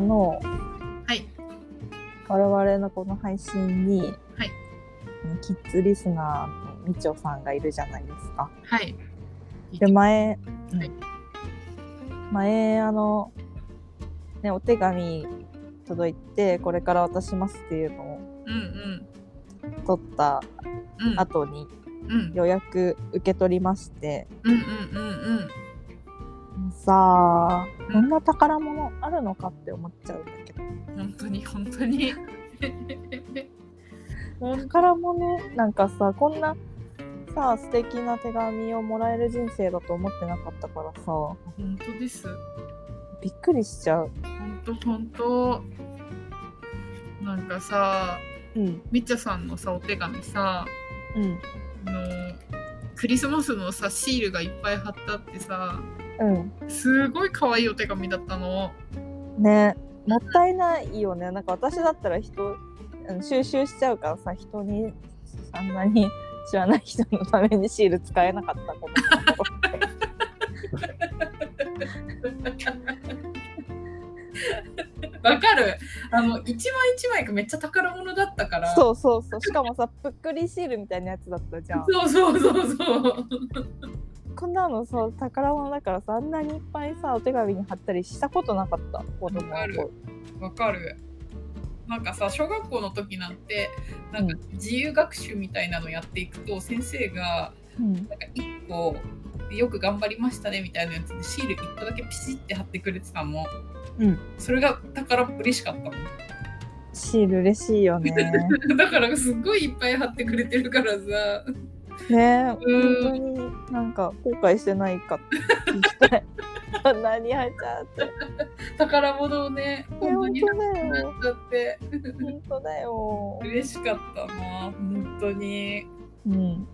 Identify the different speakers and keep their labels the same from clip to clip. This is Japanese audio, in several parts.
Speaker 1: の
Speaker 2: はい。
Speaker 1: 我々のこの配信に、
Speaker 2: はい
Speaker 1: キッズリスナーのみちおさんがいるじゃないですか。
Speaker 2: はい。
Speaker 1: で前、うん
Speaker 2: はい
Speaker 1: 前あの、ね、お手紙届いてこれから渡しますっていうのを
Speaker 2: うんうん。
Speaker 1: 取った
Speaker 2: うん。
Speaker 1: 後に
Speaker 2: うん。
Speaker 1: 予約受け取りまして
Speaker 2: うんうんうんうん。
Speaker 1: さあ
Speaker 2: うん
Speaker 1: こんな宝物あるのかって思っちゃうんだけど
Speaker 2: 本当に本当に。 ほん
Speaker 1: 宝物なんかさこんなさあ素敵な手紙をもらえる人生だと思ってなかったからさ
Speaker 2: 本当です。
Speaker 1: びっくりしちゃう。
Speaker 2: 本当本当。なんかさ、
Speaker 1: うん
Speaker 2: みっちゃさんのさお手紙さ、
Speaker 1: うん
Speaker 2: あのクリスマスのさシールがいっぱい貼ってあってさ、
Speaker 1: うん
Speaker 2: すごい可愛いお手紙だったの。
Speaker 1: ねもったいないよねなんか私だったら人うん収集しちゃうからさ人にあんなに 知らない人のためにシール使えなかったかも
Speaker 2: わかる。あの一枚一枚がめっちゃ宝物だったから。
Speaker 1: そうそうそうしかもさぷっくりシールみたいなやつだったじゃん
Speaker 2: そうそうそうそう。
Speaker 1: こんなのさ宝物だからさあんなにいっぱいさお手紙に貼ったりしたことなかった子供
Speaker 2: あ
Speaker 1: の
Speaker 2: る
Speaker 1: 頃
Speaker 2: わかる。なんかさ小学校の時なんてなんか
Speaker 1: う
Speaker 2: 自由学習みたいなのやっていくと、先生が
Speaker 1: うん
Speaker 2: なんか1個よく頑張りましたねみたいなやつでシール1個だけピシッて貼ってくれてたの、
Speaker 1: うん、
Speaker 2: それが宝嬉しかったも
Speaker 1: シール嬉しいよね
Speaker 2: ん だからすっごいいっぱい貼ってくれてるからさ
Speaker 1: ね本
Speaker 2: うん
Speaker 1: 当になんか後悔してないかって聞きたいあんなに貼っちゃって
Speaker 2: 宝物をね
Speaker 1: いや
Speaker 2: 本当
Speaker 1: 本
Speaker 2: に
Speaker 1: 当だ
Speaker 2: な
Speaker 1: よ
Speaker 2: っちゃって
Speaker 1: 本当だよ。
Speaker 2: 嬉しかったな本当に
Speaker 1: うん。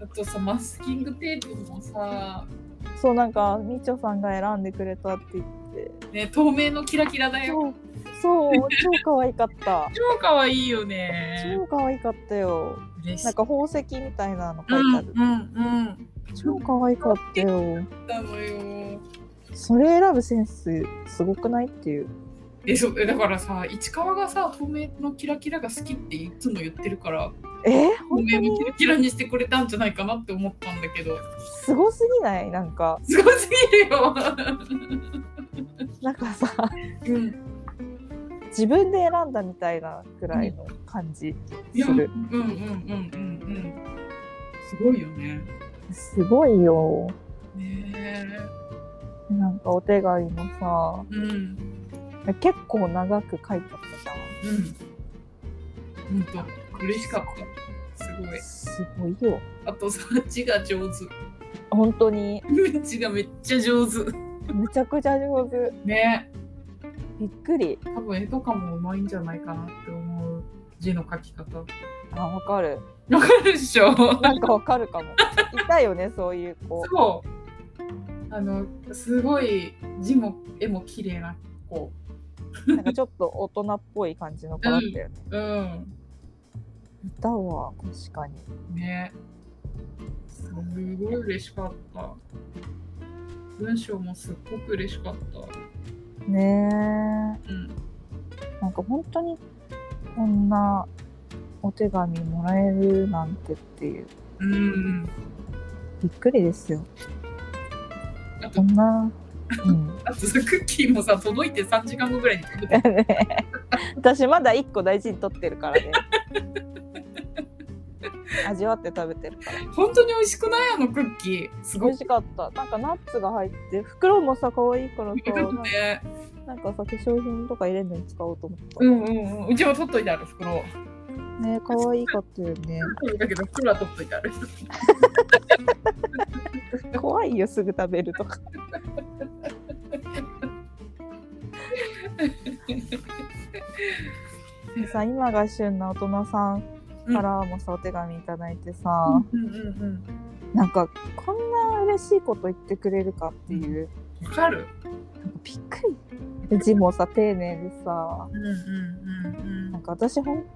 Speaker 2: あとさマスキングテープもさ
Speaker 1: そうなんかみちょさんが選んでくれたって言って。
Speaker 2: ね、透明のキラキラだよ。
Speaker 1: そうそう超可愛かった。
Speaker 2: 超可愛いよね。
Speaker 1: 超可愛かったよ。
Speaker 2: 嬉し
Speaker 1: ないん。か宝石みたいなの
Speaker 2: う
Speaker 1: 書い
Speaker 2: ん
Speaker 1: て
Speaker 2: う
Speaker 1: ある。
Speaker 2: ん
Speaker 1: 超可愛かったよ。
Speaker 2: うん。だのよ。
Speaker 1: それ選ぶセンスすごくないっていう。
Speaker 2: え、そう、えだからさ、市川がさ、透明のキラキラが好きっていつも言ってるから、
Speaker 1: えー
Speaker 2: 透
Speaker 1: 本当
Speaker 2: 明の
Speaker 1: に
Speaker 2: キラキラにしてくれたんじゃないかなって思ったんだけど、
Speaker 1: すごすぎないなんか
Speaker 2: すごすぎるよ。
Speaker 1: なんかさ
Speaker 2: うん。
Speaker 1: 自分で選んだみたいなくらいの感じ
Speaker 2: いや
Speaker 1: す
Speaker 2: うんうん
Speaker 1: る。
Speaker 2: うんうんうんうん。すごいよね。
Speaker 1: すごいよ。
Speaker 2: ねえ。
Speaker 1: なんかお手紙も
Speaker 2: うんうん。
Speaker 1: さ結構長く書いてあったじゃん。
Speaker 2: 本当嬉しかった。すごい。
Speaker 1: すごいよ。
Speaker 2: あとさ、字が上手。
Speaker 1: 本当に
Speaker 2: 字がめっちゃ上手。
Speaker 1: むちゃくちゃ上手。
Speaker 2: ね。
Speaker 1: びっくり。
Speaker 2: 多分絵とかもうまいんじゃないかなって思う字の書き方。わ
Speaker 1: あ、わかる。
Speaker 2: かるっしょ
Speaker 1: なんかわかるかも。いたよね、そういう子。
Speaker 2: そう。あの、すごい字も絵も綺麗な子。
Speaker 1: なんかちょっと大人っぽい感じの子だったよね。
Speaker 2: うん。
Speaker 1: いたわ、確かに。
Speaker 2: ね。すごい嬉しかった。文章もすっごく嬉しかった。
Speaker 1: ね
Speaker 2: うん。
Speaker 1: え。なんか本当にこんなお手紙もらえるなんてっていう。
Speaker 2: うん。
Speaker 1: びっくりですよ。
Speaker 2: あと
Speaker 1: こんな。 うん。
Speaker 2: あとさ、クッキーもさ、届いて3時間後ぐらいに食べて。
Speaker 1: ね私まだ一個大事に取ってるから ね。味わって食べてるから。
Speaker 2: 本当に美味しくないあのクッキー。す
Speaker 1: 美
Speaker 2: ごい
Speaker 1: 味。しかったなんかナッツが入って袋もさ可愛いからさなんか
Speaker 2: ね。
Speaker 1: なんかさ化粧品とか入れるのに使おうと思った、
Speaker 2: うんうんうん。うちも取っといてある袋。
Speaker 1: ね可愛かったよね
Speaker 2: だけど袋は取っといてある。
Speaker 1: 怖いよすぐ食べるとかでさ今が旬な大人さんからもさお手紙いただいてさ、
Speaker 2: うんうん
Speaker 1: なんかこんな嬉しいこと言ってくれるかっていう
Speaker 2: うん。わかる。
Speaker 1: なんかびっくりで字もさ丁寧でさ
Speaker 2: うんうんうん
Speaker 1: なんか私本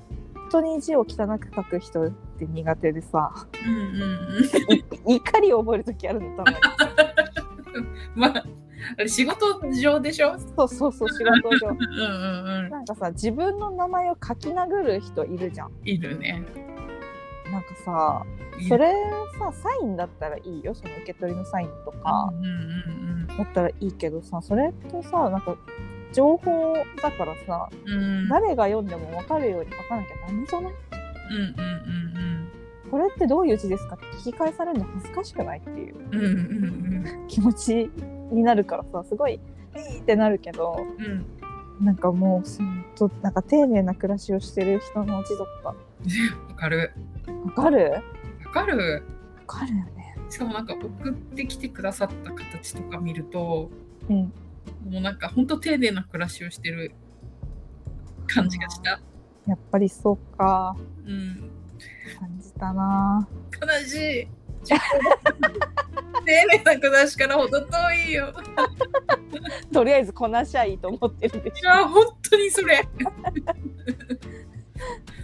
Speaker 1: 当に字を汚く書く人って苦手で さ
Speaker 2: うんうんうん。
Speaker 1: 怒りを覚える時あるのたまに
Speaker 2: まああれ仕事上でしょ
Speaker 1: そうそうそう仕事上
Speaker 2: うんうんう
Speaker 1: なんかさ自分の名前を書き殴る人いるじゃん
Speaker 2: ん。いるね。
Speaker 1: なんかさ
Speaker 2: いる
Speaker 1: それさサインだったらいいよその受け取りのサインとか
Speaker 2: うんうん
Speaker 1: だったらいいけどさそれってさなんか情報だからさ
Speaker 2: うんうん。うん
Speaker 1: 誰が読んでも分かるように書かなきゃダメじゃない
Speaker 2: うんうん
Speaker 1: これってどういう字ですかって聞き返されるの恥ずかしくないっていう
Speaker 2: うんうん。うんうん
Speaker 1: 気持ちになるからさすごいいいってなるけど
Speaker 2: うんうん。
Speaker 1: なんかもうそのとなんか丁寧な暮らしをしてる人の字とか
Speaker 2: わかる。
Speaker 1: わかる
Speaker 2: わかる。
Speaker 1: わかるよね。
Speaker 2: しかもなんか送ってきてくださった形とか見ると、
Speaker 1: うん、
Speaker 2: もうなんか本当丁寧な暮らしをしてる感じがした。
Speaker 1: やっぱりそうか
Speaker 2: うん。
Speaker 1: 感じたな
Speaker 2: 悲しい。丁寧な暮らしからほど遠いよ。
Speaker 1: とりあえずこなしゃいいと思ってるでし
Speaker 2: いや、本当にそれ。
Speaker 1: ょ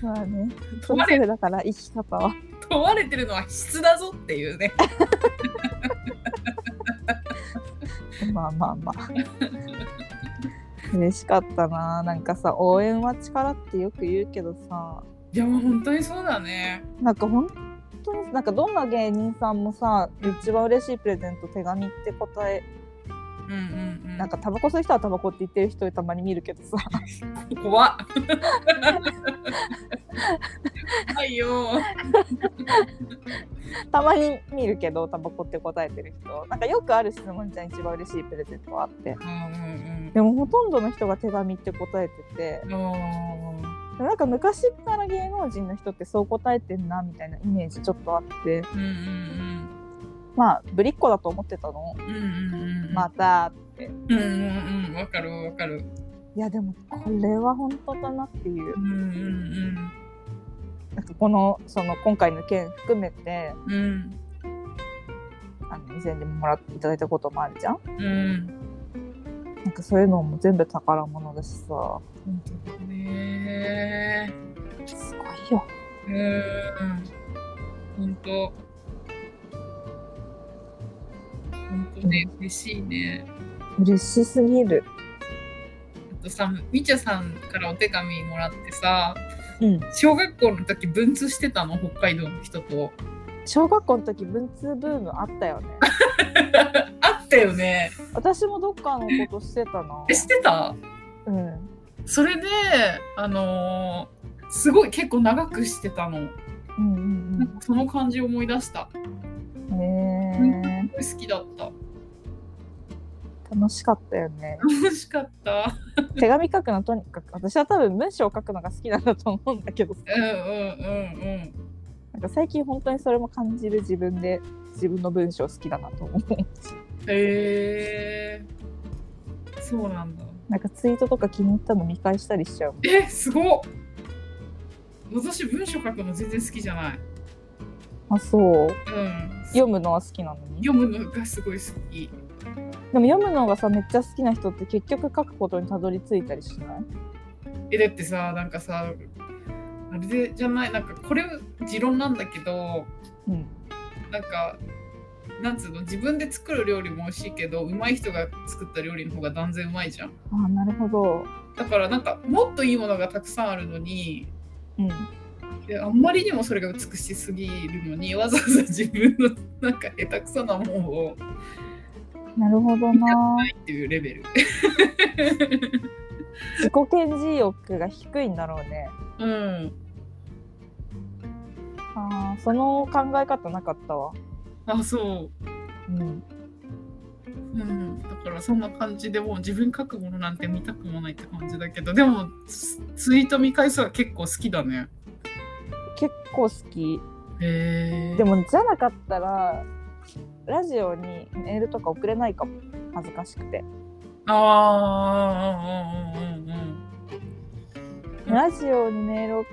Speaker 1: まあねそ
Speaker 2: 問
Speaker 1: れ
Speaker 2: わ
Speaker 1: ぞ
Speaker 2: れ
Speaker 1: れだから生き方は
Speaker 2: 問われてるのは質だぞっていうね。
Speaker 1: まあまあまあ嬉しかったななんかさ応援は力ってよく言うけどさ
Speaker 2: いや、もう本当にそうだね。
Speaker 1: なんか本当になんかどんな芸人さんもさ一番嬉しいプレゼント手紙って答え
Speaker 2: うんうんうん。
Speaker 1: なんかタバコ吸う人はタバコって言ってる人たまに見るけど さ
Speaker 2: 怖っ。はいよ。
Speaker 1: たまに見るけどタバコって答えてる人なんかよくある質問じゃん一番嬉しいプレゼントはあって
Speaker 2: うんうん
Speaker 1: でもほとんどの人が手紙って答えてて
Speaker 2: うん。おー
Speaker 1: なんか昔から芸能人の人ってそう答えてんなみたいなイメージちょっとあって
Speaker 2: うんうん
Speaker 1: まあぶりっ子だと思ってたの
Speaker 2: うん。うんうんうん。
Speaker 1: また
Speaker 2: うんうんうん。わかるわかる。
Speaker 1: いやでもこれは本当だなっていう
Speaker 2: うんうん
Speaker 1: なんかこのその今回の件含めて
Speaker 2: うん。うん
Speaker 1: あの以前でももらっていただいたこともあるじゃん
Speaker 2: うん。
Speaker 1: なんかそういうのも全部宝物だしさ
Speaker 2: 本当だね
Speaker 1: すごいよ
Speaker 2: うん。本当。本当ね、嬉しいね。
Speaker 1: 嬉しすぎる
Speaker 2: あとさ、みちゃさんからお手紙もらってさ、
Speaker 1: うん
Speaker 2: 小学校の時文通してたの、北海道の人と。
Speaker 1: 小学校の時文通ブームあったよね
Speaker 2: あったよね。
Speaker 1: 私もどっかのことしてた な
Speaker 2: え、してた
Speaker 1: うん
Speaker 2: それで、あのーすごい結構長くしてたの。
Speaker 1: うんう
Speaker 2: な
Speaker 1: ん
Speaker 2: んかその感じ思い出した。
Speaker 1: うんね
Speaker 2: 好きだった。
Speaker 1: え楽しかったよね
Speaker 2: 楽しかった。
Speaker 1: 手紙書くのとにかく私は多分文章を書くのが好きなんだと思うんだけどさ
Speaker 2: うんうんうんうん。
Speaker 1: なんか最近本当にそれも感じる自分で自分の文章好きだなと思う
Speaker 2: へえそうなんだ
Speaker 1: なんかツイートとか気に入ったの見返したりしちゃう
Speaker 2: えすごっ私文章書くの全然好きじゃない
Speaker 1: あそう
Speaker 2: うん
Speaker 1: 読むのは好きなのにで
Speaker 2: 読むのがすごい好き
Speaker 1: も読むのがさめっちゃ好きな人って結局書くことにたどり着いたりしない
Speaker 2: えだってさなんかさあれでじゃないなんかこれ持論なんだけど
Speaker 1: うん
Speaker 2: なんかなんつうの自分で作る料理も美味しいけどうまい人が作った料理の方が断然うまいじゃん
Speaker 1: あなるほど
Speaker 2: だからなんかもっといいものがたくさんあるのに
Speaker 1: うん
Speaker 2: であんまりにもそれが美しすぎるのにわざわざ自分のなんか下手くそなもんを
Speaker 1: なるほどな
Speaker 2: っていうレベル
Speaker 1: 自己顕示欲が低いんだろうね
Speaker 2: うん
Speaker 1: あーその考え方なかったわ
Speaker 2: あそ
Speaker 1: うん
Speaker 2: ううんだからそんな感じでもう自分書くものなんて見たくもないって感じだけどでもツツイート見返すは結構好きだね
Speaker 1: 結構好き
Speaker 2: へえ
Speaker 1: でもじゃなかったらラジオにメールとか送れないかも恥ずかしくて
Speaker 2: ああうんうんうんうん
Speaker 1: ラジオにメール送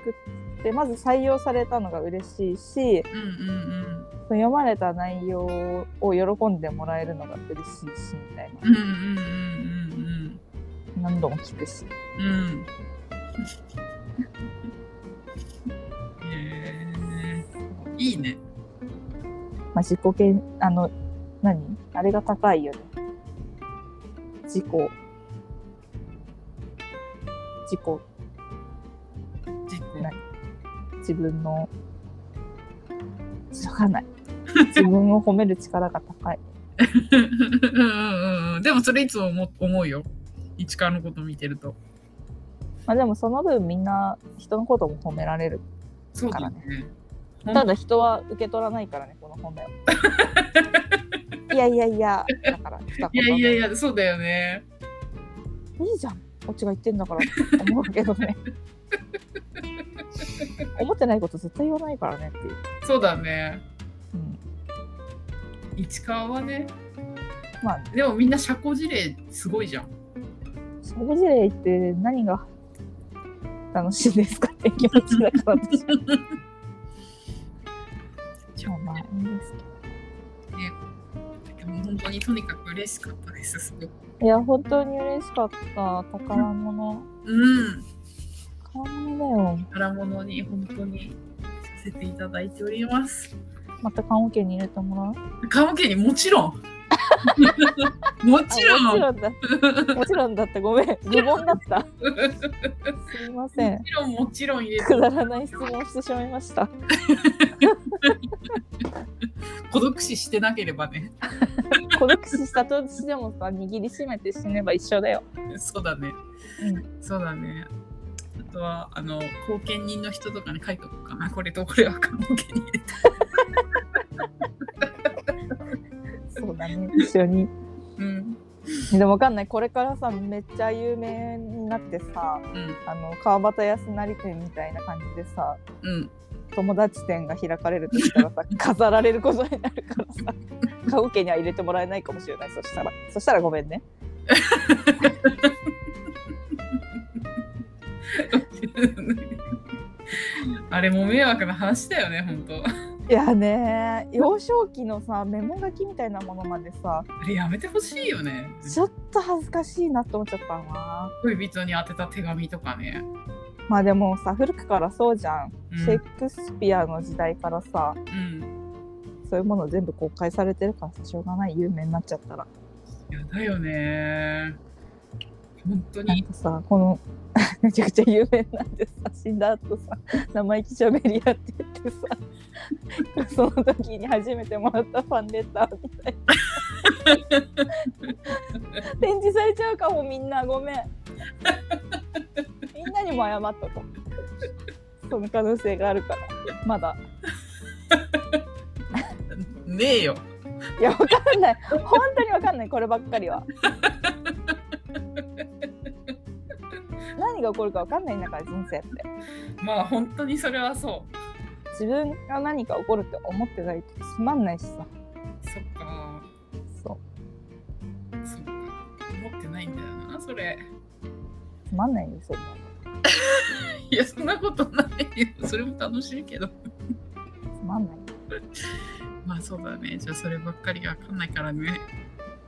Speaker 1: ってまず採用されたのが嬉しいし
Speaker 2: うんうん
Speaker 1: 読まれた内容を喜んでもらえるのが嬉しいしみたい
Speaker 2: うんうんうんうん
Speaker 1: な何度も聞くし
Speaker 2: うんうんうんへえいいね
Speaker 1: まあ、自己検あの何あれが高いよね事故事故
Speaker 2: 実行
Speaker 1: な自分のわかんない自分を褒める力が高 い
Speaker 2: うんうんうんでもそれいつも思思うよ市川のこと見てると
Speaker 1: まあでもその分みんな人のことも褒められる
Speaker 2: そうだよねうん
Speaker 1: ただ人は受け取らないからねこの褒め をいやいやいやだから来た
Speaker 2: い
Speaker 1: 言葉
Speaker 2: や
Speaker 1: が
Speaker 2: いやいやそうだよね
Speaker 1: いいじゃんこっちが言ってんだからって思うけど ね思ってないこと絶対言わないからねっていう、
Speaker 2: そうだね
Speaker 1: うん、
Speaker 2: 市川はね
Speaker 1: まあ
Speaker 2: でもみんな社交辞令すごいじゃん
Speaker 1: 社交辞令って何が楽しいですかって気持ちだから私はまあまあいいんですけ
Speaker 2: でも本当にとにかく嬉しかったですすごく
Speaker 1: どいや本当に嬉しかった宝物
Speaker 2: うん
Speaker 1: 宝物だよ
Speaker 2: 宝物に本当にさせていただいております
Speaker 1: また棺桶に入れてもらう
Speaker 2: 棺桶にもちろ んもちろ
Speaker 1: あもち
Speaker 2: ん
Speaker 1: ろんだもちろんだってごめん無言だったすいません
Speaker 2: もちろんもちろん入れて
Speaker 1: くだらない質問をしてしまいました
Speaker 2: 孤独死してなければね
Speaker 1: 孤独死したとしてもさ握りしめて死ねば一緒だよ
Speaker 2: そうだね、
Speaker 1: う
Speaker 2: そうだねあとはあの後見人の人とかに書いとこうかなこれとこれは棺桶に入れて
Speaker 1: そうだね一緒に
Speaker 2: うん
Speaker 1: でもわかんないこれからさめっちゃ有名になってさ
Speaker 2: うん
Speaker 1: あの川端康成店みたいな感じでさ
Speaker 2: うん
Speaker 1: 友達店が開かれるとしたら さ飾られることになるからさ家桶には入れてもらえないかもしれないそしたらそしたらごめんね
Speaker 2: あれも迷惑な話だよね本当あ
Speaker 1: いやね幼少期のさメモ書きみたいなものまでさ
Speaker 2: れやめてほしいよね
Speaker 1: ちょっと恥ずかしいなって思っちゃったな
Speaker 2: 恋人に宛てた手紙とかね、
Speaker 1: まあでもさ古くからそうじゃん
Speaker 2: うん、
Speaker 1: シェイクスピアの時代からさ
Speaker 2: うん
Speaker 1: そういうもの全部公開されてるからさしょうがない有名になっちゃったら
Speaker 2: いやだよね本当
Speaker 1: なん
Speaker 2: に
Speaker 1: かさこの めちゃくちゃ有名なんでさ死んだ後さ生意気しゃべりやってってさ その時に初めてもらったファンレターみたいな展示されちゃうかもみんなごめんみんなにも謝っとこうその可能性があるからまだ
Speaker 2: ねえよ
Speaker 1: いや、わかんない。本当にわかんない、こればっかりは。何が起こるかわかんないんだから、人生って。
Speaker 2: まあ本当にそれはそ
Speaker 1: 自分が何か起こるって思ってないとつまんないしさ。
Speaker 2: うそっか
Speaker 1: そう。
Speaker 2: そっか思ってないんだよなそれ
Speaker 1: つまんないよ、そんなの。
Speaker 2: いやそんなことないよそれも楽しいけど
Speaker 1: つまんないよ。
Speaker 2: まあそうだねじゃあそればっかりが分かんないからね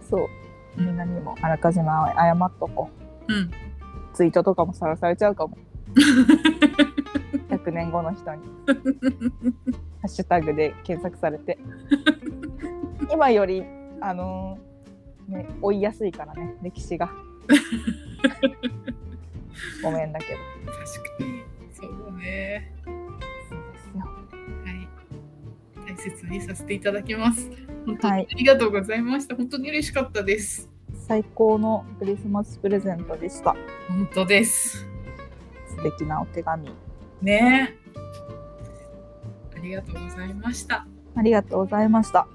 Speaker 1: そう。みんなにもあらかじめ謝っとこう。
Speaker 2: うん
Speaker 1: ツイートとかもさらされちゃうかも。100年後の人に。ハッシュタグで検索されて。今より、あのーね、追いやすいからね、歴史が。ごめんだけど。
Speaker 2: 確かにそうだね
Speaker 1: そうですよ。
Speaker 2: はい大切にさせていただきます本当に
Speaker 1: はい
Speaker 2: ありがとうございました、本当に嬉しかったです
Speaker 1: 最高のクリスマスプレゼントでした。
Speaker 2: 本当です
Speaker 1: 素敵なお手紙。
Speaker 2: ねえありがとうございました
Speaker 1: ありがとうございました。